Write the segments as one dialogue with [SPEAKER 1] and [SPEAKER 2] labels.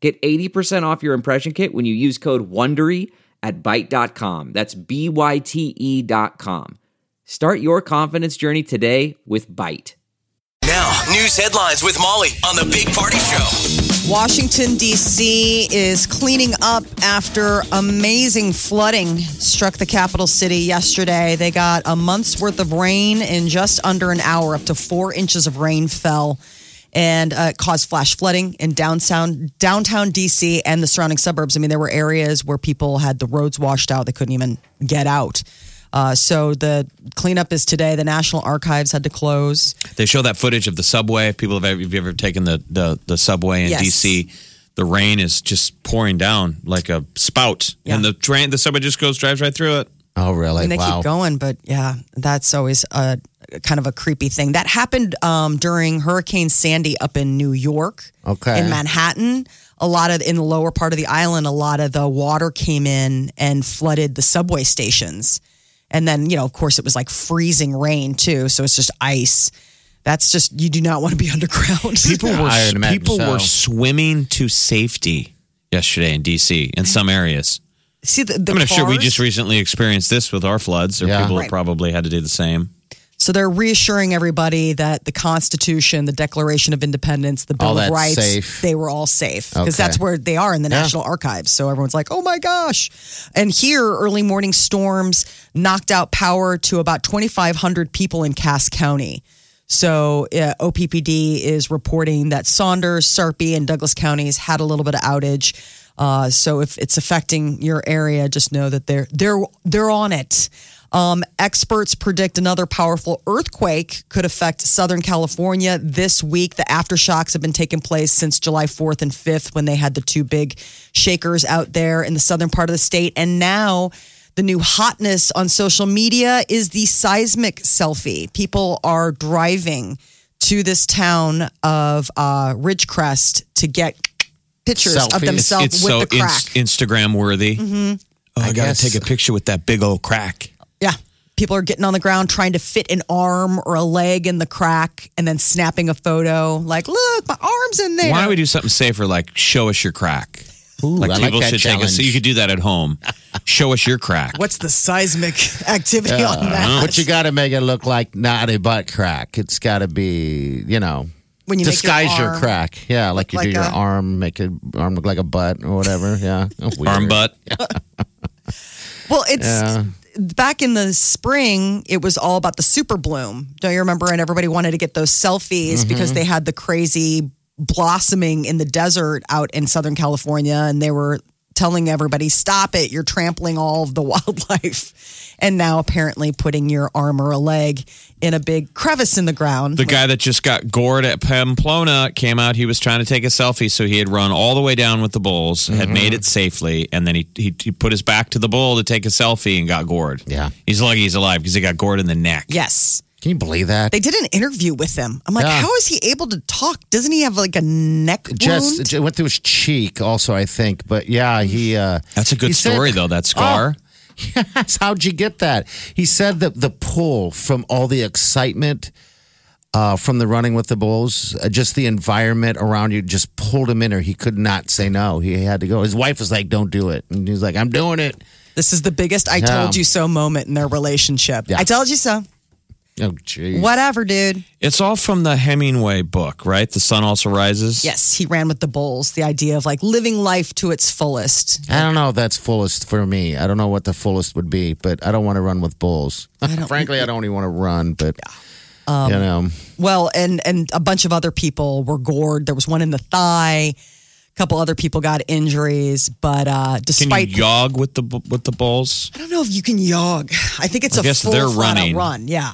[SPEAKER 1] Get 80% off your impression kit when you use code WONDERY at Byte.com. That's B-Y-T-E E dot com. Start your confidence journey today with Byte.
[SPEAKER 2] Now, news headlines with Molly on the Big Party Show.
[SPEAKER 3] Washington, D.C. is cleaning up after amazing flooding struck the capital city yesterday. They got a month's worth of rain in just under an hour. Up to four inches of rain fell and uh, it caused flash flooding in downtown, downtown D.C. and the surrounding suburbs. I mean, there were areas where people had the roads washed out, they couldn't even get out. Uh, so the cleanup is today. The National Archives had to close.
[SPEAKER 4] They show that footage of the subway. People have ever, if you ever taken the, the, the subway in
[SPEAKER 3] Yes.
[SPEAKER 4] DC, the rain is just pouring down like a spout, and the train, the subway just goes drives right through it.
[SPEAKER 5] Oh, really?
[SPEAKER 3] and they
[SPEAKER 5] wow.
[SPEAKER 3] keep going but yeah that's always a kind of a creepy thing that happened um, during hurricane sandy up in new york
[SPEAKER 5] Okay.
[SPEAKER 3] in manhattan a lot of in the lower part of the island a lot of the water came in and flooded the subway stations and then you know of course it was like freezing rain too so it's just ice that's just you do not want to be underground
[SPEAKER 4] People were
[SPEAKER 5] I'd imagine
[SPEAKER 4] people
[SPEAKER 5] so.
[SPEAKER 4] were swimming to safety yesterday in DC in some areas.
[SPEAKER 3] see the, the
[SPEAKER 4] I mean, I'm sure we
[SPEAKER 3] cars?
[SPEAKER 4] just recently experienced this with our floods, or
[SPEAKER 5] Yeah.
[SPEAKER 4] people
[SPEAKER 3] Right.
[SPEAKER 4] have probably had to do the same.
[SPEAKER 3] So they're reassuring everybody that the Constitution, the Declaration of Independence, the Bill
[SPEAKER 5] All
[SPEAKER 3] of
[SPEAKER 5] that's
[SPEAKER 3] Rights,
[SPEAKER 5] safe.
[SPEAKER 3] they were all safe because
[SPEAKER 5] Okay.
[SPEAKER 3] that's where they are in the National Archives. So everyone's like, "Oh my gosh!" And here, early morning storms knocked out power to about 2,500 people in Cass County. So uh, OPPD is reporting that Saunders, Sarpy, and Douglas counties had a little bit of outage. Uh, so if it's affecting your area, just know that they're they're they're on it. Um, experts predict another powerful earthquake could affect Southern California this week. The aftershocks have been taking place since July 4th and 5th when they had the two big shakers out there in the southern part of the state. And now the new hotness on social media is the seismic selfie. People are driving to this town of uh, Ridgecrest to get pictures of
[SPEAKER 5] Selfies.
[SPEAKER 3] themselves
[SPEAKER 4] it's
[SPEAKER 3] with
[SPEAKER 4] so
[SPEAKER 3] the crack. Mm-hmm.
[SPEAKER 4] inst- Instagram worthy. Oh, I, gotta
[SPEAKER 5] guess.
[SPEAKER 4] take a picture with that big old crack.
[SPEAKER 3] Yeah. People are getting on the ground trying to fit an arm or a leg in the crack and then snapping a photo like, look, my arm's in there.
[SPEAKER 4] Why don't we do something safer like show us your crack? like
[SPEAKER 5] I like
[SPEAKER 4] people
[SPEAKER 5] that
[SPEAKER 4] should take us. So you
[SPEAKER 5] challenge.
[SPEAKER 4] could do that at home. show us your crack.
[SPEAKER 3] What's the seismic activity on that?
[SPEAKER 5] But you got to make it look like not a butt crack. It's got to be, you know,
[SPEAKER 3] When you make your
[SPEAKER 5] disguise your,
[SPEAKER 3] arm
[SPEAKER 5] crack. Yeah, like you
[SPEAKER 3] like
[SPEAKER 5] do your
[SPEAKER 3] a-
[SPEAKER 5] arm, make your arm look like a butt or whatever. Yeah, Oh, Weird.
[SPEAKER 4] arm butt?
[SPEAKER 3] Well, it's
[SPEAKER 5] Yeah.
[SPEAKER 3] back in the spring, it was all about the super bloom. Don't you remember? And everybody wanted to get those selfies
[SPEAKER 5] Mm-hmm.
[SPEAKER 3] because they had the crazy blossoming in the desert out in Southern California. And they were telling everybody, stop it. You're trampling all of the wildlife. And now apparently putting your arm or a leg in a big crevice in the ground.
[SPEAKER 4] The guy that just got gored at Pamplona came out. He was trying to take a selfie, so he had run all the way down with the bulls, had
[SPEAKER 5] Mm-hmm.
[SPEAKER 4] made it safely, and then he, he he put his back to the bull to take a selfie and got gored.
[SPEAKER 5] Yeah.
[SPEAKER 4] he's lucky he's alive because he got gored in the neck.
[SPEAKER 3] yes.
[SPEAKER 5] Can you believe that?
[SPEAKER 3] They did an interview with him. I'm like,
[SPEAKER 5] Yeah.
[SPEAKER 3] how is he able to talk? Doesn't he have like a neck wound?
[SPEAKER 5] just it went through his cheek, also I think. But yeah, he. Uh,
[SPEAKER 4] that's a
[SPEAKER 5] he
[SPEAKER 4] good
[SPEAKER 5] said-
[SPEAKER 4] story though. That scar.
[SPEAKER 5] Oh. Yes, how'd you get that? He said that the pull from all the excitement uh, from the running with the bulls, uh, just the environment around you, just pulled him in, or he could not say no. He had to go. His wife was like, "Don't do it," and he's like, "I'm doing it."
[SPEAKER 3] This is the biggest I
[SPEAKER 5] Yeah.
[SPEAKER 3] told you so moment in their relationship. I told you so.
[SPEAKER 5] Oh, jeez.
[SPEAKER 3] Whatever, dude.
[SPEAKER 4] It's all from the Hemingway book, right? The sun also rises.
[SPEAKER 3] Yes, he ran with the bulls, the idea of like living life to its fullest.
[SPEAKER 5] I don't know. if That's fullest for me. I don't know what the fullest would be, but I don't want to run with bulls. Frankly, I don't even want to run. But
[SPEAKER 4] Um,
[SPEAKER 5] you know,
[SPEAKER 3] Well, and and a bunch of other people were gored. There was one in the thigh. A couple other people got injuries, but uh
[SPEAKER 4] Can
[SPEAKER 3] despite
[SPEAKER 4] you yog with the bu- with the bulls?
[SPEAKER 3] I don't know if you can yog. I think it's
[SPEAKER 4] I
[SPEAKER 3] a
[SPEAKER 4] guess
[SPEAKER 3] full
[SPEAKER 4] they're
[SPEAKER 3] flat-out
[SPEAKER 4] running.
[SPEAKER 3] run. Yeah.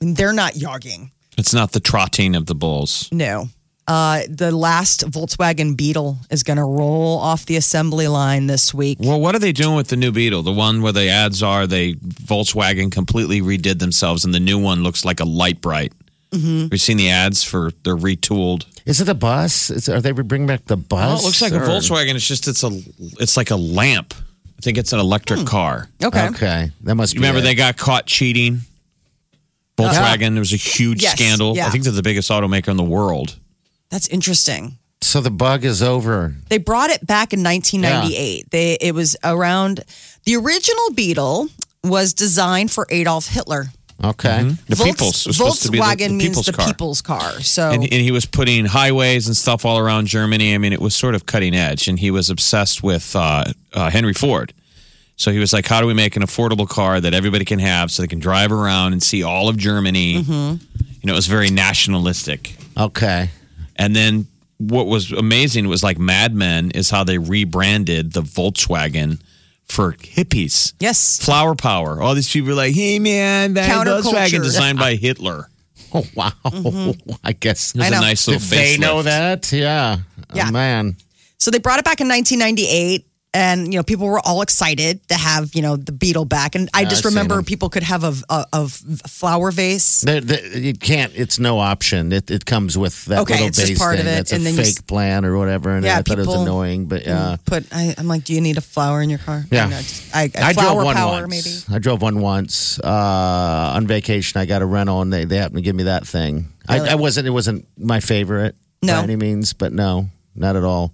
[SPEAKER 3] And they're not yogging.
[SPEAKER 4] It's not the trotting of the bulls.
[SPEAKER 3] No. Uh, the last Volkswagen Beetle is going to roll off the assembly line this week.
[SPEAKER 4] Well, what are they doing with the new Beetle? The one where the ads are they Volkswagen completely redid themselves, and the new one looks like a light bright. We've seen the ads for they're retooled.
[SPEAKER 5] Is it a bus? Is, are they bringing back the bus?
[SPEAKER 4] Oh, it looks like a
[SPEAKER 5] Or-
[SPEAKER 4] Volkswagen. It's just it's a it's like a lamp. I think it's an electric car.
[SPEAKER 3] Okay.
[SPEAKER 5] Okay, that must.
[SPEAKER 4] You remember
[SPEAKER 5] be
[SPEAKER 4] they
[SPEAKER 5] it.
[SPEAKER 4] got caught cheating? Volkswagen. There was a huge
[SPEAKER 3] Yes,
[SPEAKER 4] scandal.
[SPEAKER 3] yeah.
[SPEAKER 4] I think they're the biggest automaker in the world.
[SPEAKER 3] That's interesting.
[SPEAKER 5] So the bug is over.
[SPEAKER 3] They brought it back in 1998. They it was around the original Beetle was designed for Adolf Hitler.
[SPEAKER 5] Okay.
[SPEAKER 4] The
[SPEAKER 3] Volks-
[SPEAKER 4] people's it was supposed to be the-
[SPEAKER 3] Volkswagen
[SPEAKER 4] the,
[SPEAKER 3] means
[SPEAKER 4] people's
[SPEAKER 3] the
[SPEAKER 4] car.
[SPEAKER 3] people's car. So
[SPEAKER 5] Oh.
[SPEAKER 4] and, and he was putting highways and stuff all around Germany. I mean, it was sort of cutting edge, and he was obsessed with uh, uh, Henry Ford. So he was like, "How do we make an affordable car that everybody can have, so they can drive around and see all of Germany?"
[SPEAKER 5] Mm-hmm.
[SPEAKER 4] You know, it was very nationalistic.
[SPEAKER 5] Okay.
[SPEAKER 4] And then what was amazing was like Mad Men is how they rebranded the Volkswagen for hippies.
[SPEAKER 3] yes,
[SPEAKER 4] Flower power. All these people are like, "Hey man, that
[SPEAKER 3] Counterculture.
[SPEAKER 4] Volkswagen designed by Hitler."
[SPEAKER 5] Oh wow. I guess.
[SPEAKER 4] It was
[SPEAKER 3] I know.
[SPEAKER 4] a nice
[SPEAKER 5] Did
[SPEAKER 4] little
[SPEAKER 5] they
[SPEAKER 4] facelift.
[SPEAKER 5] know that? Yeah.
[SPEAKER 3] Yeah.
[SPEAKER 5] Oh, man.
[SPEAKER 3] So they brought it back in 1998. And you know, people were all excited to have you know the beetle back, and I just
[SPEAKER 5] I've seen
[SPEAKER 3] remember
[SPEAKER 5] them.
[SPEAKER 3] people could have a, a, a flower vase.
[SPEAKER 5] They're, they you can't. It's no option. It, it comes with that
[SPEAKER 3] Okay,
[SPEAKER 5] little
[SPEAKER 3] it's just
[SPEAKER 5] base
[SPEAKER 3] part
[SPEAKER 5] thing.
[SPEAKER 3] of it,
[SPEAKER 5] That's
[SPEAKER 3] and
[SPEAKER 5] a
[SPEAKER 3] then you
[SPEAKER 5] fake plan or whatever. And
[SPEAKER 3] Yeah,
[SPEAKER 5] I thought it
[SPEAKER 3] people-
[SPEAKER 5] was annoying, but uh, yeah.
[SPEAKER 3] Put I, I'm like, do you need a flower in your car?
[SPEAKER 5] Yeah.
[SPEAKER 3] you know, just, I,
[SPEAKER 5] I
[SPEAKER 3] flower
[SPEAKER 5] drove one
[SPEAKER 3] power
[SPEAKER 5] once.
[SPEAKER 3] maybe.
[SPEAKER 5] I drove one once uh, on vacation. I got a rental, and they, they happened to give me that thing. I, I wasn't. It wasn't my favorite
[SPEAKER 3] No.
[SPEAKER 5] by any means, but no, not at all.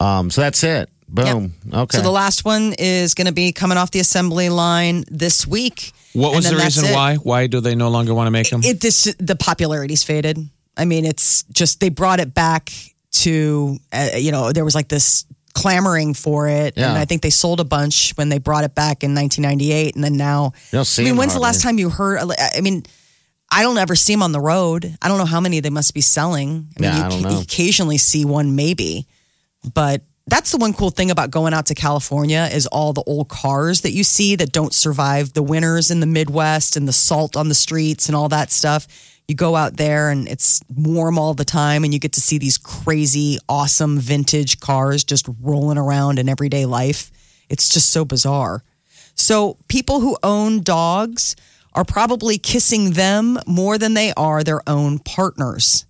[SPEAKER 5] Um, so that's it. Boom. Okay.
[SPEAKER 3] So the last one is going to be coming off the assembly line this week.
[SPEAKER 4] What
[SPEAKER 3] And
[SPEAKER 4] was
[SPEAKER 3] then
[SPEAKER 4] the
[SPEAKER 3] that's
[SPEAKER 4] reason
[SPEAKER 3] it.
[SPEAKER 4] why? Why do they no longer want to make them?
[SPEAKER 3] It this the popularity's faded. I mean, it's just they brought it back to uh, you know there was like this clamoring for it,
[SPEAKER 5] Yeah.
[SPEAKER 3] and I think they sold a bunch when they brought it back in 1998, and then now.
[SPEAKER 5] You don't see
[SPEAKER 3] I mean,
[SPEAKER 5] them
[SPEAKER 3] when's the last
[SPEAKER 5] hardly.
[SPEAKER 3] time you heard? I mean. I don't ever see them on the road. I don't know how many they must be selling. I mean,
[SPEAKER 5] Yeah,
[SPEAKER 3] you
[SPEAKER 5] I don't
[SPEAKER 3] ca-
[SPEAKER 5] know.
[SPEAKER 3] you occasionally see one, maybe. but that's the one cool thing about going out to California is all the old cars that you see that don't survive the winters in the Midwest and the salt on the streets and all that stuff. You go out there and it's warm all the time and you get to see these crazy awesome vintage cars just rolling around in everyday life. It's just so bizarre. So people who own dogs are probably kissing them more than they are their own partners.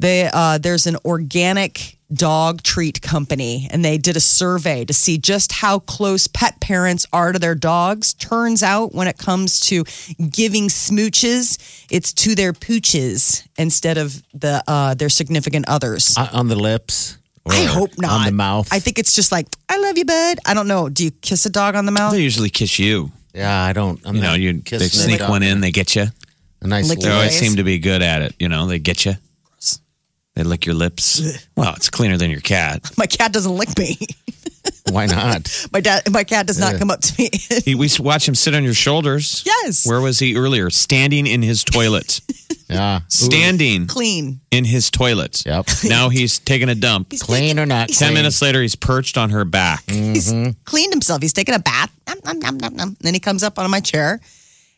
[SPEAKER 3] They uh, there's an organic dog treat company, and they did a survey to see just how close pet parents are to their dogs. Turns out, when it comes to giving smooches, it's to their pooches instead of the uh, their significant others.
[SPEAKER 5] O- on the lips.
[SPEAKER 3] I hope
[SPEAKER 5] on
[SPEAKER 3] not.
[SPEAKER 5] the mouth?
[SPEAKER 3] I think it's just like I love you, bud. I don't know. Do you kiss a dog on the mouth?
[SPEAKER 4] they usually kiss you.
[SPEAKER 5] Yeah, I don't. I'm
[SPEAKER 4] You know,
[SPEAKER 5] not
[SPEAKER 4] you
[SPEAKER 5] kissing
[SPEAKER 4] they
[SPEAKER 5] it
[SPEAKER 4] sneak
[SPEAKER 5] up.
[SPEAKER 4] one in, they get you.
[SPEAKER 5] A nice
[SPEAKER 3] Lick
[SPEAKER 4] They
[SPEAKER 3] your
[SPEAKER 5] little.
[SPEAKER 4] always
[SPEAKER 3] Yes.
[SPEAKER 4] seem to be good at it. You know, they get you. They lick your lips. Well, it's cleaner than your cat.
[SPEAKER 3] My cat doesn't lick me.
[SPEAKER 5] Why not?
[SPEAKER 3] My dad, my cat does not come up to me.
[SPEAKER 4] He, we watch him sit on your shoulders.
[SPEAKER 3] Yes.
[SPEAKER 4] Where was he earlier? Standing in his toilet.
[SPEAKER 5] Yeah.
[SPEAKER 4] Standing
[SPEAKER 3] Clean.
[SPEAKER 4] in his toilet.
[SPEAKER 5] Yep.
[SPEAKER 4] Now he's taking a dump.
[SPEAKER 5] Clean or not?
[SPEAKER 4] Ten
[SPEAKER 5] clean.
[SPEAKER 4] minutes later, he's perched on her back.
[SPEAKER 3] He's
[SPEAKER 5] Mm-hmm.
[SPEAKER 3] cleaned himself. He's taken a bath. Nom, nom, nom, nom, nom. Then he comes up on my chair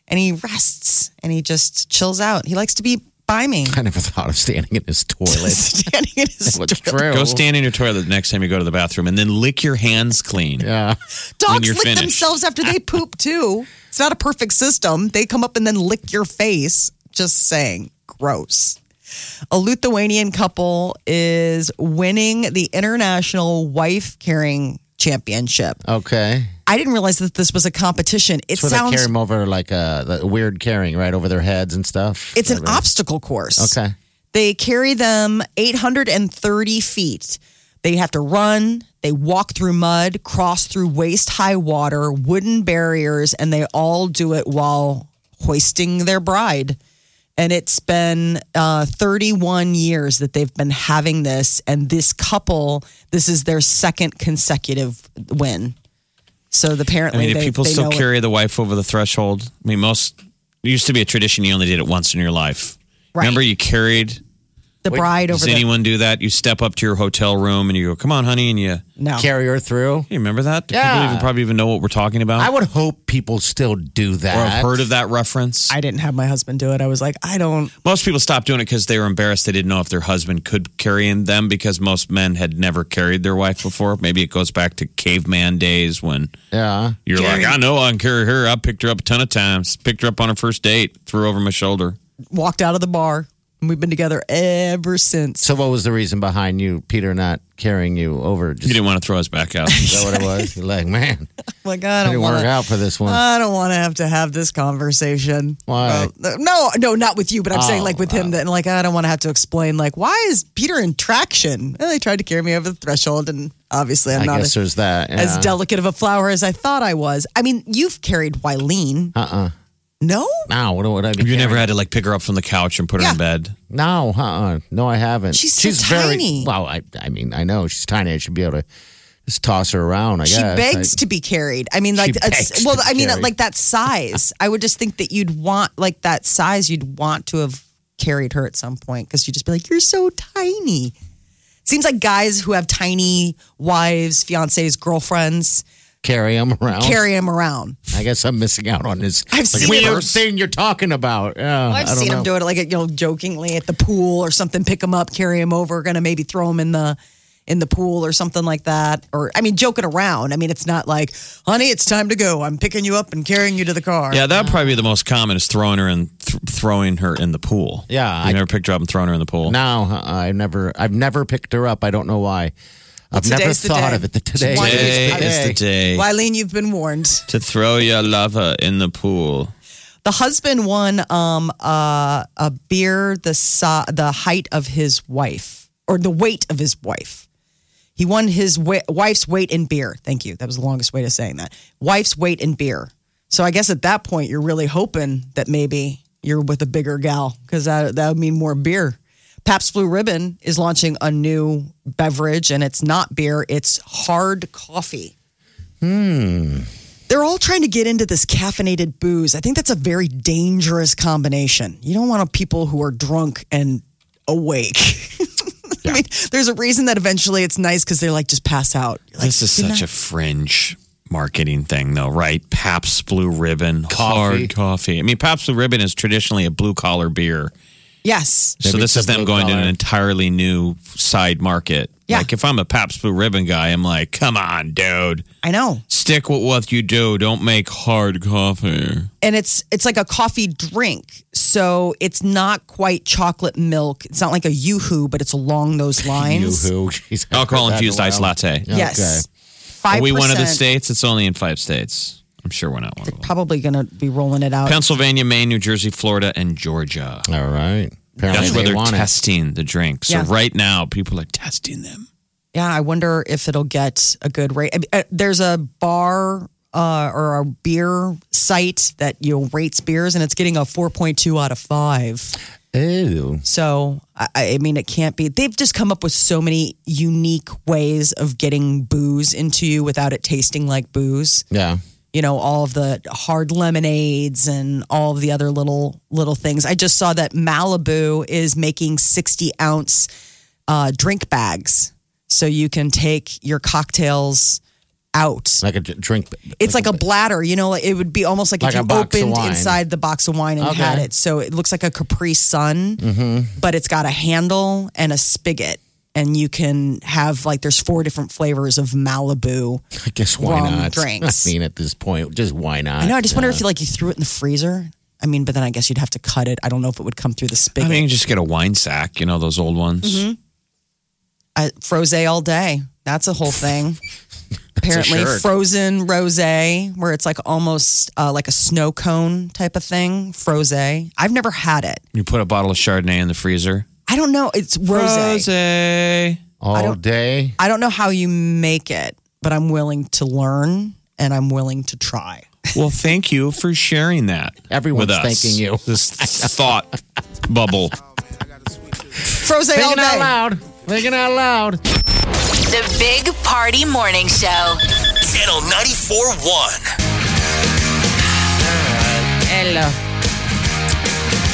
[SPEAKER 3] and he rests and he just chills out. He likes to be by me,
[SPEAKER 5] I never thought of standing in his toilet.
[SPEAKER 3] standing in his
[SPEAKER 5] What's true?
[SPEAKER 4] Go stand in your toilet the next time you go to the bathroom, and then lick your hands clean.
[SPEAKER 5] Yeah.
[SPEAKER 3] Dogs
[SPEAKER 4] you're
[SPEAKER 3] lick
[SPEAKER 4] finished.
[SPEAKER 3] themselves after they poop too. It's not a perfect system. They come up and then lick your face. Just saying, gross. A Lithuanian couple is winning the international wife carrying championship.
[SPEAKER 5] Okay.
[SPEAKER 3] I didn't realize that this was a competition. It
[SPEAKER 5] That's where they carry
[SPEAKER 3] sounds
[SPEAKER 5] them over like a the weird carrying right over their heads and stuff.
[SPEAKER 3] it's an
[SPEAKER 5] Whatever.
[SPEAKER 3] obstacle course.
[SPEAKER 5] Okay.
[SPEAKER 3] They carry them 830 feet. They have to run, they walk through mud, cross through waist high water, wooden barriers, and they all do it while hoisting their bride. And it's been uh, 31 years that they've been having this. And this couple, this is their second consecutive win. So
[SPEAKER 4] I
[SPEAKER 3] apparently,
[SPEAKER 4] mean, do
[SPEAKER 3] they,
[SPEAKER 4] people
[SPEAKER 3] they
[SPEAKER 4] still
[SPEAKER 3] know it.
[SPEAKER 4] carry the wife over the threshold? I mean, most it used to be a tradition you only did it once in your life.
[SPEAKER 3] Right.
[SPEAKER 4] Remember, you carried
[SPEAKER 3] the bride over
[SPEAKER 4] Does
[SPEAKER 3] there.
[SPEAKER 4] anyone do that? You step up to your hotel room and you go, "Come on, honey," and you.
[SPEAKER 3] no.
[SPEAKER 5] Carry her through.
[SPEAKER 4] You remember that? Do
[SPEAKER 5] Yeah.
[SPEAKER 4] People even probably even know what we're talking about,
[SPEAKER 5] I would hope people still do that.
[SPEAKER 4] or have heard of that reference.
[SPEAKER 3] I didn't have my husband do it. I was like, I don't.
[SPEAKER 4] most people stopped doing it because they were embarrassed. They didn't know if their husband could carry in them because most men had never carried their wife before. Maybe it goes back to caveman days when
[SPEAKER 5] Yeah.
[SPEAKER 4] you're like, "I know I can carry her. I picked her up a ton of times. Picked her up on her first date, threw her over my shoulder."
[SPEAKER 3] Walked out of the bar. And we've been together ever since.
[SPEAKER 5] So what was the reason behind you, Peter, not carrying you over?
[SPEAKER 4] You
[SPEAKER 5] Just,
[SPEAKER 4] didn't want to throw us back out.
[SPEAKER 5] is that what it was? You're like, man,
[SPEAKER 3] like, I
[SPEAKER 5] it
[SPEAKER 3] don't Uh,
[SPEAKER 5] didn't
[SPEAKER 3] want
[SPEAKER 5] work
[SPEAKER 3] to.
[SPEAKER 5] out for this one.
[SPEAKER 3] I don't want to have to have this conversation.
[SPEAKER 5] Why? Oh,
[SPEAKER 3] Uh, no, no, not with you, but I'm saying like with him. That like I don't want to have to explain like why is Peter in traction? Well, they tried to carry me over the threshold, and obviously I'm
[SPEAKER 5] I
[SPEAKER 3] not
[SPEAKER 5] guess
[SPEAKER 3] a-
[SPEAKER 5] there's that.
[SPEAKER 3] as
[SPEAKER 5] yeah.
[SPEAKER 3] delicate of a flower as I thought I was. I mean, you've carried Wileen. Uh uh
[SPEAKER 5] Uh-uh.
[SPEAKER 3] No?
[SPEAKER 5] No, what would I be?
[SPEAKER 4] you never
[SPEAKER 5] carrying?
[SPEAKER 4] had to like pick her up from the couch and put her in
[SPEAKER 3] Yeah.
[SPEAKER 4] bed.
[SPEAKER 5] No, uh-uh. no, I haven't.
[SPEAKER 3] She's so
[SPEAKER 5] very,
[SPEAKER 3] tiny.
[SPEAKER 5] Well, I, I mean, I know she's tiny. I should be able to just toss her around. I
[SPEAKER 3] She
[SPEAKER 5] guess
[SPEAKER 3] begs
[SPEAKER 5] I-
[SPEAKER 3] to be carried. I mean, like,
[SPEAKER 5] begs
[SPEAKER 3] it's, well,
[SPEAKER 5] to be
[SPEAKER 3] I mean,
[SPEAKER 5] carried.
[SPEAKER 3] like that size. I would just think that you'd want, like, that size, you'd want to have carried her at some point because you'd just be like, you're so tiny. Seems like guys who have tiny wives, fiancés, girlfriends
[SPEAKER 5] carry him around.
[SPEAKER 3] carry him around.
[SPEAKER 5] I guess I'm missing out on this
[SPEAKER 3] I've
[SPEAKER 5] like,
[SPEAKER 3] seen
[SPEAKER 5] weird
[SPEAKER 3] him.
[SPEAKER 5] thing you're talking about. Yeah,
[SPEAKER 3] I've
[SPEAKER 5] I don't
[SPEAKER 3] seen
[SPEAKER 5] know.
[SPEAKER 3] him do it like you know jokingly at the pool or something. Pick him up, carry him over, gonna maybe throw him in the in the pool or something like that. Or I mean, joking around. I mean, it's not like, honey, it's time to go. I'm picking you up and carrying you to the car.
[SPEAKER 4] Yeah, that'd probably be the most common is throwing her in, th- throwing her in the pool.
[SPEAKER 5] Yeah,
[SPEAKER 4] you
[SPEAKER 5] I-
[SPEAKER 4] never picked her up and thrown her in the pool.
[SPEAKER 5] No, uh-uh. I've never, I've never picked her up. I don't know why. I've never
[SPEAKER 3] today's the
[SPEAKER 5] thought
[SPEAKER 3] day.
[SPEAKER 5] of it. That today,
[SPEAKER 3] Why did
[SPEAKER 4] Today
[SPEAKER 5] is
[SPEAKER 3] you-
[SPEAKER 5] the
[SPEAKER 4] is the
[SPEAKER 5] day.
[SPEAKER 4] day
[SPEAKER 3] Wileen, you've been warned.
[SPEAKER 4] to throw your lover in the pool.
[SPEAKER 3] The husband won um uh, a beer the si- the height of his wife or the weight of his wife. He won his wa- wife's weight in beer. Thank you. That was the longest way to saying that. Wife's weight in beer. So I guess at that point you're really hoping that maybe you're with a bigger gal because that that would mean more beer. Pabst Blue Ribbon is launching a new beverage and it's not beer, it's hard coffee. They're all trying to get into this caffeinated booze. I think that's a very dangerous combination. You don't want people who are drunk and awake. I mean, there's a reason that eventually it's nice because they're like just pass out. You're Like,
[SPEAKER 4] This is such a fringe marketing thing, though, right? Pabst Blue Ribbon,
[SPEAKER 5] Coffee.
[SPEAKER 4] hard coffee. I mean, Pabst Blue Ribbon is traditionally a blue collar beer,
[SPEAKER 3] yes.
[SPEAKER 4] so
[SPEAKER 5] Maybe
[SPEAKER 4] this
[SPEAKER 5] it's
[SPEAKER 4] is
[SPEAKER 5] a
[SPEAKER 4] them
[SPEAKER 5] blue
[SPEAKER 4] going to an
[SPEAKER 5] collar.
[SPEAKER 4] entirely new side market.
[SPEAKER 3] Yeah.
[SPEAKER 4] Like if I'm a Pabst Blue Ribbon guy, I'm like, come on, dude,
[SPEAKER 3] I know.
[SPEAKER 4] stick with what you do. Don't make hard coffee.
[SPEAKER 3] And it's it's like a coffee drink. So it's not quite chocolate milk. It's not like a yoo-hoo, but it's along those lines.
[SPEAKER 5] Yoo-hoo. Jeez, I
[SPEAKER 4] Alcohol
[SPEAKER 5] heard that in a
[SPEAKER 4] infused iced
[SPEAKER 5] while.
[SPEAKER 4] latte.
[SPEAKER 3] Yes.
[SPEAKER 4] Are
[SPEAKER 3] Five
[SPEAKER 4] we one of the states? It's only in five states. I'm sure we're not one of them.
[SPEAKER 3] Probably gonna be rolling it out.
[SPEAKER 4] Pennsylvania, Maine, New Jersey, Florida, and Georgia.
[SPEAKER 5] All right. Apparently
[SPEAKER 4] That's where
[SPEAKER 5] they
[SPEAKER 4] they're
[SPEAKER 5] want it.
[SPEAKER 4] testing the drink. So
[SPEAKER 3] Yeah.
[SPEAKER 4] right now, people are testing them.
[SPEAKER 3] Yeah, I wonder if it'll get a good rate. I mean, uh, There's a bar uh, or a beer site that you know, rates beers, and it's getting a 4.2 out of five.
[SPEAKER 5] Ew.
[SPEAKER 3] So I, I mean, it can't be. They've just come up with so many unique ways of getting booze into you without it tasting like booze.
[SPEAKER 5] Yeah.
[SPEAKER 3] You know, all of the hard lemonades and all of the other little little things. I just saw that Malibu is making 60 ounce uh, drink bags, so you can take your cocktails out.
[SPEAKER 5] Like a d- drink.
[SPEAKER 3] It's like a bladder, you know. Like it would be almost like,
[SPEAKER 5] Like
[SPEAKER 3] if
[SPEAKER 5] a
[SPEAKER 3] you
[SPEAKER 5] box of
[SPEAKER 3] opened
[SPEAKER 5] wine.
[SPEAKER 3] inside the box of wine and
[SPEAKER 5] Okay. Mm-hmm.
[SPEAKER 3] had it. So it looks like a Capri Sun, but it's got a handle and a spigot, and you can have like there's four different flavors of Malibu.
[SPEAKER 5] I guess why
[SPEAKER 3] rum
[SPEAKER 5] not?
[SPEAKER 3] drinks.
[SPEAKER 5] I mean, at this point, just why not?
[SPEAKER 3] I know. I just wonder if you like you threw it in the freezer. I mean, but then I guess you'd have to cut it. I don't know if it would come through the
[SPEAKER 4] I
[SPEAKER 3] spigot.
[SPEAKER 4] mean, you can just get a wine sack, you know, those old ones.
[SPEAKER 3] I, froze all day. That's a whole thing. Apparently,
[SPEAKER 4] shirt.
[SPEAKER 3] frozen rose, where it's like almost uh, like a snow cone type of thing. Froze. I've never had it.
[SPEAKER 4] You put a bottle of Chardonnay in the freezer.
[SPEAKER 3] I don't know. It's rose.
[SPEAKER 4] Rosé.
[SPEAKER 5] All day.
[SPEAKER 3] I don't know how you make it, but I'm willing to learn and I'm willing to try.
[SPEAKER 4] Well, thank you for sharing that.
[SPEAKER 5] Everyone's
[SPEAKER 4] with us.
[SPEAKER 5] thanking you.
[SPEAKER 4] This thought bubble.
[SPEAKER 3] Froze all
[SPEAKER 5] Thinking out
[SPEAKER 3] day.
[SPEAKER 5] loud. Thinking out loud.
[SPEAKER 6] The Big Party Morning Show.
[SPEAKER 2] Channel 94.1.
[SPEAKER 5] Hello.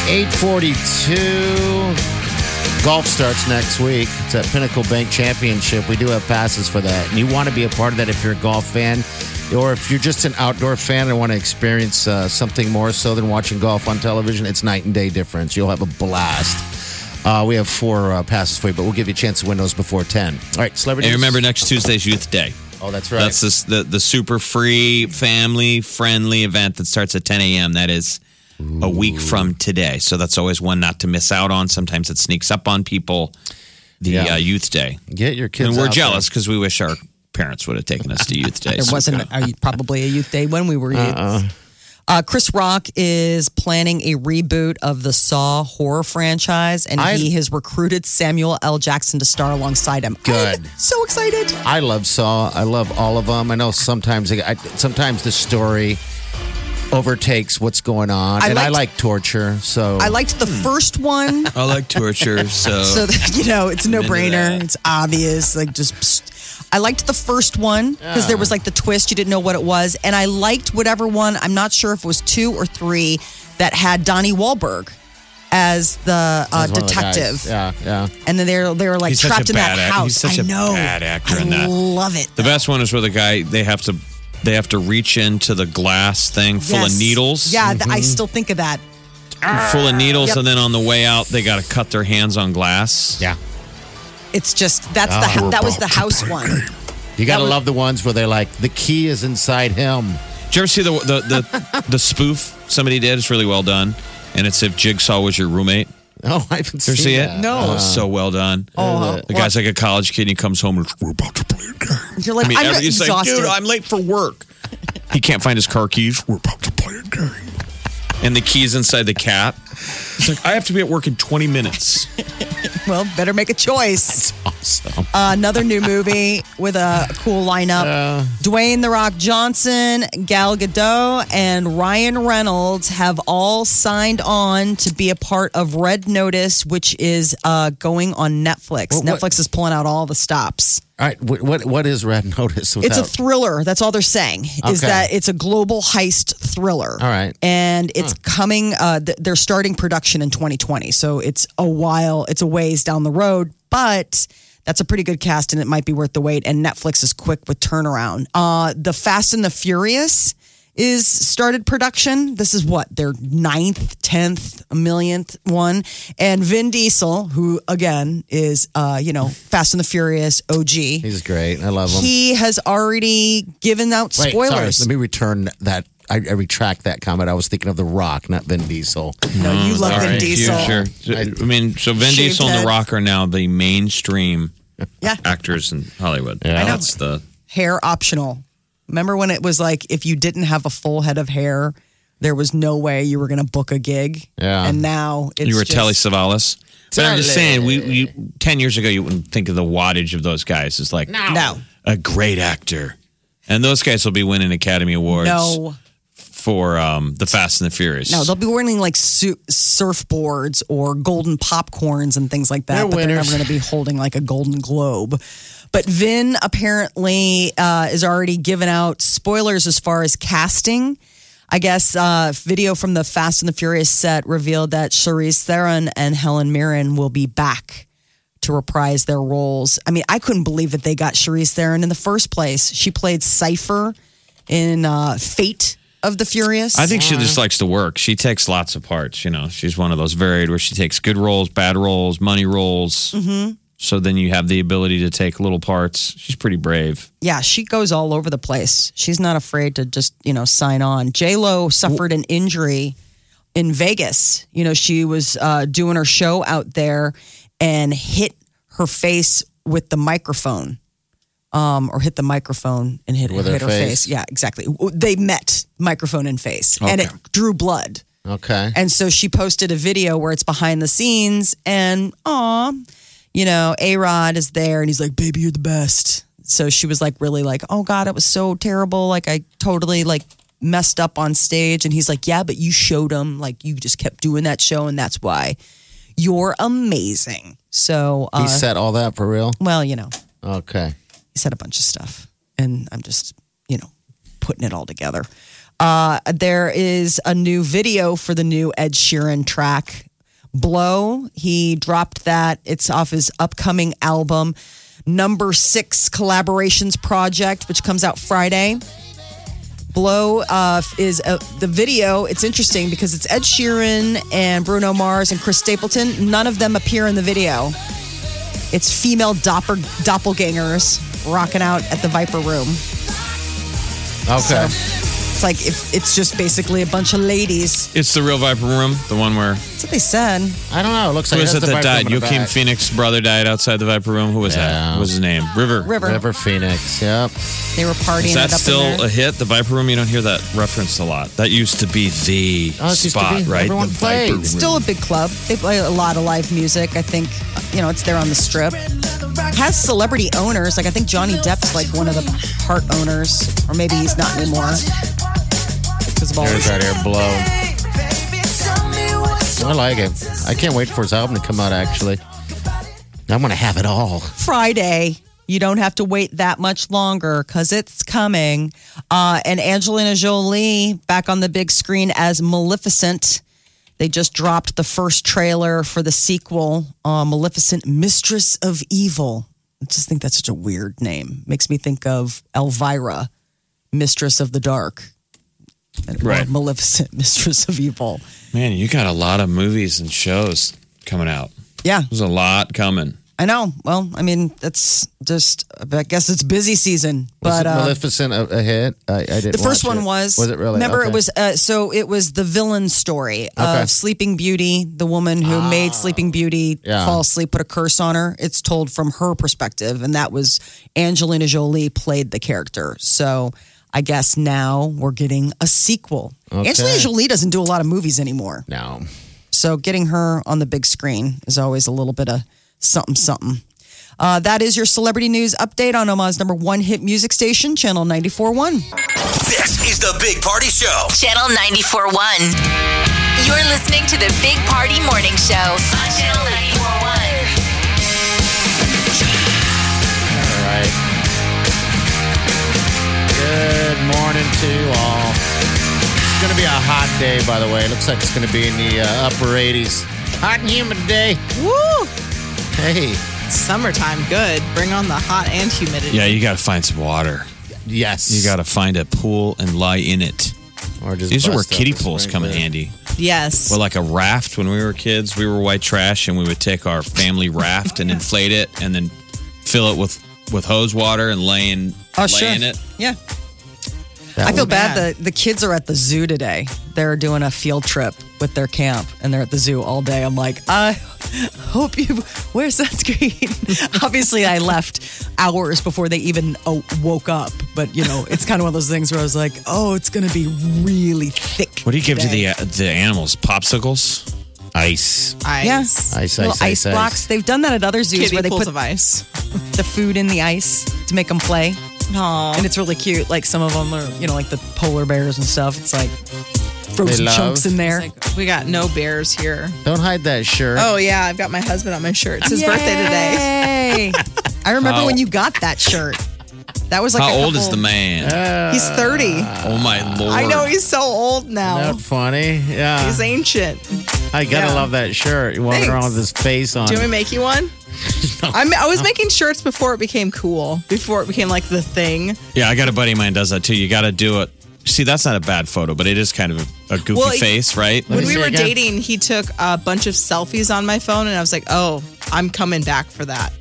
[SPEAKER 5] 842. golf starts next week. It's at Pinnacle Bank Championship. We do have passes for that. And you want to be a part of that if you're a golf fan or if you're just an outdoor fan and want to experience uh, something more so than watching golf on television. It's night and day difference. You'll have a blast. Uh, we have four uh, passes for you, but we'll give you a chance to win those before 10. All right, celebrities.
[SPEAKER 4] And remember, next Tuesday's Youth Day.
[SPEAKER 5] Oh, that's right.
[SPEAKER 4] That's this, the the super free, family friendly event that starts at 10 a.m. That is a week from today, so that's always one not to miss out on. Sometimes it sneaks up on people. The
[SPEAKER 5] Yeah.
[SPEAKER 4] uh, Youth Day,
[SPEAKER 5] Get your kids
[SPEAKER 4] and we're
[SPEAKER 5] out there.
[SPEAKER 4] jealous because we wish our parents would have taken us to Youth Day.
[SPEAKER 3] There
[SPEAKER 4] So-
[SPEAKER 3] wasn't a, probably a youth day when we were
[SPEAKER 5] Uh-uh.
[SPEAKER 3] youth. Uh, Chris Rock is planning a reboot of the Saw horror franchise, and
[SPEAKER 5] I-
[SPEAKER 3] he has recruited Samuel L. Jackson to star alongside him.
[SPEAKER 5] Good.
[SPEAKER 3] I'm so excited.
[SPEAKER 5] I love Saw. I love all of them. I know sometimes I, sometimes the story overtakes what's going on,
[SPEAKER 3] I
[SPEAKER 5] and I
[SPEAKER 3] liked-
[SPEAKER 5] like torture. So
[SPEAKER 3] I liked the
[SPEAKER 5] Hmm.
[SPEAKER 3] first one.
[SPEAKER 4] I like torture, so,
[SPEAKER 3] So that, you know, it's a no
[SPEAKER 4] into
[SPEAKER 3] brainer.
[SPEAKER 4] that.
[SPEAKER 3] It's obvious. Like just, psst. I liked the first one because there was like the twist. You didn't know what it was, and I liked whatever one. I'm not sure if it was two or three that had Donnie Wahlberg as the uh,
[SPEAKER 5] He's one of the guys.
[SPEAKER 3] detective.
[SPEAKER 5] yeah, yeah.
[SPEAKER 3] And then they were, they were like
[SPEAKER 4] He's such
[SPEAKER 3] trapped
[SPEAKER 4] a
[SPEAKER 3] in that
[SPEAKER 4] bad act-
[SPEAKER 3] house.
[SPEAKER 4] he's such
[SPEAKER 3] I
[SPEAKER 4] a
[SPEAKER 3] know.
[SPEAKER 4] bad actor
[SPEAKER 3] I
[SPEAKER 4] in that.
[SPEAKER 3] love it.
[SPEAKER 4] The best one is where the guy they have to they have to reach into the glass thing full of
[SPEAKER 3] Yes.
[SPEAKER 4] needles. Mm-hmm.
[SPEAKER 3] Yeah, th- I still think of that.
[SPEAKER 4] full of needles,
[SPEAKER 3] Yep.
[SPEAKER 4] and then on the way out they got to cut their hands on glass.
[SPEAKER 5] Yeah.
[SPEAKER 3] It's just that's the
[SPEAKER 5] Ah,
[SPEAKER 3] hou-
[SPEAKER 5] we're
[SPEAKER 3] that was the
[SPEAKER 5] about
[SPEAKER 3] house one.
[SPEAKER 5] You gotta
[SPEAKER 3] was-
[SPEAKER 5] love the ones where they're like the key is inside him.
[SPEAKER 4] Did you ever see the the the, the spoof somebody did? It's really well done, and it's if Jigsaw was your roommate.
[SPEAKER 5] Oh, I haven't
[SPEAKER 4] Did you ever
[SPEAKER 5] seen
[SPEAKER 4] see it?
[SPEAKER 5] that.
[SPEAKER 4] oh, it's so well done.
[SPEAKER 3] Uh-huh. Oh,
[SPEAKER 4] the guy's like a college kid, and he comes home and we're about to play a game.
[SPEAKER 3] You're like,
[SPEAKER 4] I mean,
[SPEAKER 3] I'm
[SPEAKER 4] every- he's like,
[SPEAKER 3] exhausted.
[SPEAKER 4] dude, I'm late for work. he can't find his car keys. We're about to play a game. And the keys inside the cat. He's like, I have to be at work in 20 minutes.
[SPEAKER 3] well, better make a choice.
[SPEAKER 5] awesome.
[SPEAKER 3] Uh, another new movie with a cool lineup. Dwayne The Rock Johnson, Gal Gadot, and Ryan Reynolds have all signed on to be a part of Red Notice, which is uh, going on Netflix.
[SPEAKER 5] what-
[SPEAKER 3] Netflix is pulling out all the stops.
[SPEAKER 5] All right, wh- what what is Red Notice? Without,
[SPEAKER 3] It's a thriller. That's all they're saying is
[SPEAKER 5] Okay.
[SPEAKER 3] that it's a global heist thriller.
[SPEAKER 5] All right.
[SPEAKER 3] and it's coming. Uh, th- they're starting production in 2020, so it's a while. It's a ways down the road, but that's a pretty good cast, and it might be worth the wait. And Netflix is quick with turnaround. Uh, the Fast and the Furious is started production. This is what their ninth, tenth, millionth one. And Vin Diesel, who again is uh, you know Fast and the Furious OG.
[SPEAKER 5] he's great. I love him.
[SPEAKER 3] He has already given out
[SPEAKER 5] Wait, sorry,
[SPEAKER 3] spoilers.
[SPEAKER 5] let me return that. I, I retract that comment. I was thinking of The Rock, not Vin Diesel.
[SPEAKER 3] no, you love
[SPEAKER 4] All
[SPEAKER 3] Vin
[SPEAKER 4] right,
[SPEAKER 3] Diesel.
[SPEAKER 4] Mm, Sure, sure. I, mean, so Vin
[SPEAKER 3] Shaved
[SPEAKER 4] Diesel and
[SPEAKER 3] head.
[SPEAKER 4] The Rock are now the mainstream
[SPEAKER 3] Yeah.
[SPEAKER 4] actors in Hollywood.
[SPEAKER 5] I know.
[SPEAKER 4] That's the
[SPEAKER 3] Hair optional. Remember when it was like if you didn't have a full head of hair, there was no way you were going to book a gig.
[SPEAKER 5] Yeah.
[SPEAKER 3] And now it's
[SPEAKER 4] you were
[SPEAKER 3] just,
[SPEAKER 4] Telly Savalas. But I'm just saying, we, we ten years ago, you wouldn't think of the wattage of those guys as like
[SPEAKER 3] No.
[SPEAKER 4] a great actor, and those guys will be winning Academy Awards
[SPEAKER 3] No.
[SPEAKER 4] for um, the Fast and the Furious.
[SPEAKER 3] No, they'll be wearing like su- surfboards or golden popcorns and things like that.
[SPEAKER 5] They're
[SPEAKER 3] but they're
[SPEAKER 5] winners.
[SPEAKER 3] never going to be holding like a golden globe. But Vin apparently uh, is already given out spoilers as far as casting. I guess uh, video from the Fast and the Furious set revealed that Charlize Theron and Helen Mirren will be back to reprise their roles. I mean, I couldn't believe that they got Charlize Theron in the first place. She played Cipher in uh, Fate of the Furious.
[SPEAKER 4] I think she just likes to work. She takes lots of parts. You know, she's one of those varied where she takes good roles, bad roles, money roles. Mm-hmm. So then you have the ability to take little parts. She's pretty brave.
[SPEAKER 3] yeah, she goes all over the place. She's not afraid to just, you know, sign on. J Lo suffered an injury in Vegas. You know, she was uh, doing her show out there and hit her face with the microphone. Um, or hit the microphone and hit,
[SPEAKER 5] With her
[SPEAKER 3] hit her face.
[SPEAKER 5] face?
[SPEAKER 3] Yeah, exactly. They met microphone and face, and it drew blood.
[SPEAKER 5] Okay.
[SPEAKER 3] And so she posted a video where it's behind the scenes and aw, you know, A Rod is there and he's like, Baby, you're the best. So she was like really like, Oh God, it was so terrible. Like I totally like messed up on stage. And he's like, Yeah, but you showed him like you just kept doing that show and that's why you're amazing. So uh,
[SPEAKER 5] he said all that for real.
[SPEAKER 3] well, you know,
[SPEAKER 5] Okay.
[SPEAKER 3] he said a bunch of stuff and i'm just you know putting it all together uh, there is a new video for the new ed sheeran track Blow. He dropped that. It's off his upcoming album, number six collaborations project, which comes out Friday. Blow uh, is uh the video. It's interesting because it's Ed Sheeran and Bruno Mars and Chris Stapleton. None of them appear in the video. It's female dopper, doppelgangers rocking out at the Viper Room.
[SPEAKER 5] Okay.
[SPEAKER 3] It's like if it's just basically a bunch of ladies.
[SPEAKER 4] It's the real Viper Room, the one where
[SPEAKER 3] That's what they said.
[SPEAKER 5] I don't know. It looks
[SPEAKER 4] who
[SPEAKER 5] like
[SPEAKER 4] is
[SPEAKER 5] that's
[SPEAKER 4] it
[SPEAKER 5] the
[SPEAKER 4] that died?
[SPEAKER 5] vibe from the
[SPEAKER 4] Joaquin
[SPEAKER 5] back.
[SPEAKER 4] Phoenix brother died outside the Viper Room. Who was that?
[SPEAKER 5] Yeah.
[SPEAKER 4] What was his name? River.
[SPEAKER 3] River.
[SPEAKER 5] River Phoenix. Yep.
[SPEAKER 3] They were partying
[SPEAKER 4] Is that
[SPEAKER 3] it up in
[SPEAKER 4] still
[SPEAKER 3] there.
[SPEAKER 4] a hit? The Viper Room. You don't hear that referenced a lot. That used to be the
[SPEAKER 5] Oh, it used to
[SPEAKER 4] spot,
[SPEAKER 5] be.
[SPEAKER 4] right?
[SPEAKER 5] Everyone
[SPEAKER 4] the
[SPEAKER 5] played.
[SPEAKER 4] Viper Room.
[SPEAKER 3] still a big club. They play a lot of live music. I think you know it's there on the strip. Has celebrity owners. Like I think Johnny Depp's like one of the part owners, or maybe he's not anymore because of all
[SPEAKER 5] There's
[SPEAKER 3] this.
[SPEAKER 5] that air blow. I like it. I can't wait for his album to come out, actually. I want to have it all.
[SPEAKER 3] Friday. You don't have to wait that much longer because it's coming. Uh, and Angelina Jolie back on the big screen as Maleficent. They just dropped the first trailer for the sequel, uh, Maleficent Mistress of Evil. I just think that's such a weird name. Makes me think of Elvira, Mistress of the Dark. And- or
[SPEAKER 4] Right.
[SPEAKER 3] Maleficent, Mistress of Evil.
[SPEAKER 4] Man, you got a lot of movies and shows coming out.
[SPEAKER 3] Yeah.
[SPEAKER 4] There's a lot coming.
[SPEAKER 3] I know. Well, I mean, that's just, I guess it's busy season.
[SPEAKER 5] Was
[SPEAKER 3] But
[SPEAKER 5] it
[SPEAKER 3] uh,
[SPEAKER 5] Maleficent a, a hit? I, I didn't.
[SPEAKER 3] The first
[SPEAKER 5] watch
[SPEAKER 3] one
[SPEAKER 5] it.
[SPEAKER 3] was.
[SPEAKER 5] Was it really?
[SPEAKER 3] Remember,
[SPEAKER 5] Okay.
[SPEAKER 3] it was. Uh, so it was the villain story
[SPEAKER 5] Okay. Ah.
[SPEAKER 3] of Sleeping Beauty, the woman who made Sleeping Beauty
[SPEAKER 5] Yeah.
[SPEAKER 3] fall asleep, put a curse on her. It's told from her perspective, and that was Angelina Jolie played the character. So I guess now we're getting a sequel. Angelina Jolie doesn't do a lot of movies anymore,
[SPEAKER 5] No.
[SPEAKER 3] so getting her on the big screen is always a little bit of something, something. Uh, that is your celebrity news update on Omaha's number one hit music station, Channel 94.1.
[SPEAKER 2] This is the Big Party Show.
[SPEAKER 6] Channel 94.1. You're listening to the Big Party Morning Show on Channel 94.1.
[SPEAKER 5] All right. Good morning to you all. It's going to be a hot day, by the way. It looks like it's going to be in the uh, upper 80s. Hot and humid day.
[SPEAKER 7] Woo!
[SPEAKER 5] Hey.
[SPEAKER 7] Summertime, good. Bring on the hot and humidity.
[SPEAKER 4] Yeah, you got to find some water.
[SPEAKER 5] Yes.
[SPEAKER 4] You got to find a pool and lie in it.
[SPEAKER 5] Or just
[SPEAKER 4] These are where
[SPEAKER 5] bust up
[SPEAKER 4] kiddie
[SPEAKER 5] the
[SPEAKER 4] pools come in
[SPEAKER 5] sprinkler.
[SPEAKER 4] handy.
[SPEAKER 7] Yes.
[SPEAKER 4] Well, like a raft when we were kids, we were white trash and we would take our family raft and inflate it and then fill it with with hose water and lay in,
[SPEAKER 3] Oh,
[SPEAKER 4] lay
[SPEAKER 3] sure.
[SPEAKER 4] in it.
[SPEAKER 3] Yeah.
[SPEAKER 5] That
[SPEAKER 3] I feel
[SPEAKER 5] would-
[SPEAKER 3] bad.
[SPEAKER 7] bad.
[SPEAKER 3] The the kids are at the zoo today. They're doing a field trip with their camp, and they're at the zoo all day. I'm like, I hope you wear sunscreen. Obviously, I left hours before they even oh, woke up. But you know, it's kind of one of those things where I was like, oh, it's gonna be really thick.
[SPEAKER 4] What do you give to the uh, the animals? Popsicles?
[SPEAKER 5] Ice.
[SPEAKER 7] ice.
[SPEAKER 3] Yes,
[SPEAKER 5] Ice,
[SPEAKER 3] little
[SPEAKER 5] ice, ice, ice.
[SPEAKER 3] blocks. They've done that at other zoos
[SPEAKER 7] Kiddie
[SPEAKER 3] where they
[SPEAKER 7] pools
[SPEAKER 3] put
[SPEAKER 7] of ice.
[SPEAKER 3] the food in the ice to make them play.
[SPEAKER 7] Aw.
[SPEAKER 3] and it's really cute. Like some of them are, you know, like the polar bears and stuff. It's like frozen
[SPEAKER 5] love-
[SPEAKER 3] chunks in there.
[SPEAKER 7] Like, we got no bears here.
[SPEAKER 5] Don't hide that shirt.
[SPEAKER 7] Oh yeah, I've got my husband on my shirt. It's his birthday today.
[SPEAKER 3] Yay. I remember
[SPEAKER 4] How-
[SPEAKER 3] when you got that shirt. That was like
[SPEAKER 4] How
[SPEAKER 3] a
[SPEAKER 4] old is the
[SPEAKER 3] couple-
[SPEAKER 4] man?
[SPEAKER 7] He's 30.
[SPEAKER 4] oh my lord!
[SPEAKER 7] I know he's so old now.
[SPEAKER 5] Not funny. Yeah.
[SPEAKER 7] He's ancient.
[SPEAKER 5] I gotta
[SPEAKER 7] Yeah.
[SPEAKER 5] love that shirt. You're walking
[SPEAKER 7] Thanks.
[SPEAKER 5] around with his face on.
[SPEAKER 7] Do you want me
[SPEAKER 5] it.
[SPEAKER 7] to make you one? I'm, I was making shirts before it became cool, before it became like the thing.
[SPEAKER 4] Yeah, I got a buddy of mine does that too. You got to do it. See, that's not a bad photo, but it is kind of a, a goofy
[SPEAKER 7] Well, it-
[SPEAKER 4] face, right?
[SPEAKER 5] Let
[SPEAKER 7] When
[SPEAKER 5] me
[SPEAKER 7] we
[SPEAKER 5] see
[SPEAKER 7] were
[SPEAKER 5] again.
[SPEAKER 7] dating, he took a bunch of selfies on my phone, and I was like, "Oh, I'm coming back for that."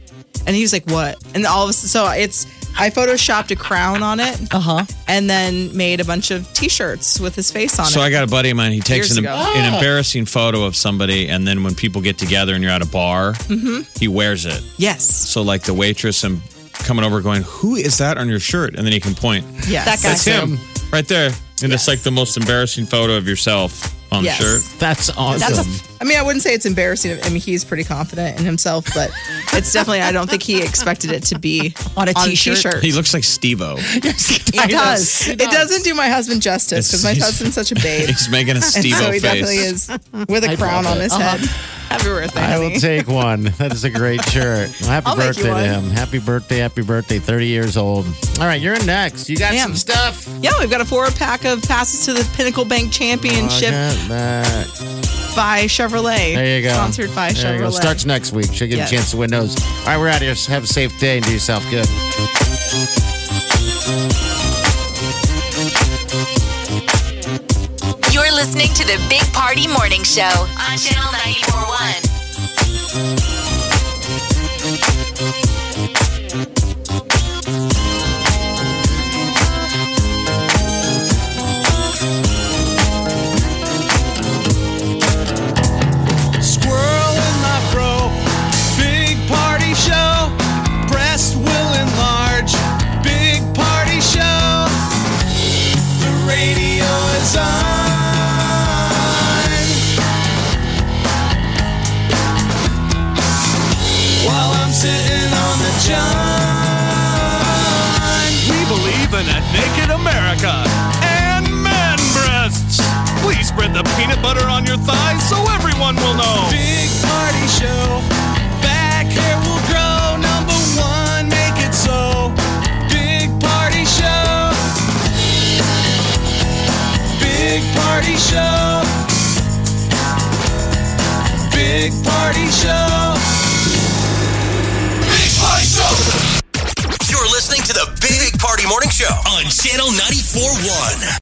[SPEAKER 7] And he was like, "What?" And all of a so it's I photoshopped a crown on it, uh huh, and then made a bunch of T-shirts with his face on
[SPEAKER 4] So
[SPEAKER 7] it.
[SPEAKER 4] I got a buddy of mine. He takes
[SPEAKER 7] Years
[SPEAKER 4] an,
[SPEAKER 7] ago.
[SPEAKER 4] an embarrassing photo of somebody, and then when people get together and you're at a bar,
[SPEAKER 7] Mm-hmm.
[SPEAKER 4] he wears it.
[SPEAKER 7] yes,
[SPEAKER 4] So like the waitress and coming over, going, "Who is that on your shirt?" And then he can point.
[SPEAKER 7] yes,
[SPEAKER 3] That guy.
[SPEAKER 4] That's him, right there. And it's
[SPEAKER 7] Yes.
[SPEAKER 4] like the most embarrassing photo of yourself on
[SPEAKER 7] Yes.
[SPEAKER 4] the shirt.
[SPEAKER 5] That's awesome.
[SPEAKER 7] That's a, I mean, I wouldn't say it's embarrassing. I mean, he's pretty confident in himself, but it's definitely. I don't think he expected it to be
[SPEAKER 3] On a t-shirt.
[SPEAKER 4] He looks like Steve-O.
[SPEAKER 7] It does. It
[SPEAKER 5] does.
[SPEAKER 7] doesn't do my husband justice because my
[SPEAKER 4] It's-
[SPEAKER 7] husband's such a babe.
[SPEAKER 4] He's making a
[SPEAKER 7] And
[SPEAKER 4] Steve-O
[SPEAKER 7] so he
[SPEAKER 4] face.
[SPEAKER 7] definitely is with a
[SPEAKER 5] I
[SPEAKER 7] crown
[SPEAKER 5] love
[SPEAKER 7] on
[SPEAKER 5] it.
[SPEAKER 7] his head. Happy birthday,
[SPEAKER 5] I will
[SPEAKER 7] honey.
[SPEAKER 5] take one. That is a great shirt. Happy
[SPEAKER 7] I'll make you
[SPEAKER 5] birthday to
[SPEAKER 7] one.
[SPEAKER 5] him. Happy birthday, happy birthday. 30 years old. All right, you're next. You got
[SPEAKER 7] Yeah.
[SPEAKER 5] some stuff.
[SPEAKER 7] Yeah, we've got a four pack of passes to the Pinnacle Bank Championship.
[SPEAKER 5] Look at Oh, that.
[SPEAKER 7] by Chevrolet.
[SPEAKER 5] There you go.
[SPEAKER 7] Sponsored by
[SPEAKER 5] There you
[SPEAKER 7] Chevrolet.
[SPEAKER 5] go. Starts next week. She'll get
[SPEAKER 7] Yes.
[SPEAKER 5] a chance to win those. All right, we're out of here. Have a safe day and do yourself good.
[SPEAKER 6] You're listening to the Big Party Morning Show on Channel 941.
[SPEAKER 8] Squirrel in my bro. Big party show. Breast will enlarge. Big party show. The radio is on. While I'm sitting on the john.
[SPEAKER 4] We believe in a naked America and man breasts. Please spread the peanut butter on your thighs so everyone will know.
[SPEAKER 8] Big party show. Back hair will grow. Number one, make it so. Big party show. Big party show. Big party show.
[SPEAKER 2] Big Party Show. You're listening to the Big Party Morning Show on Channel 941.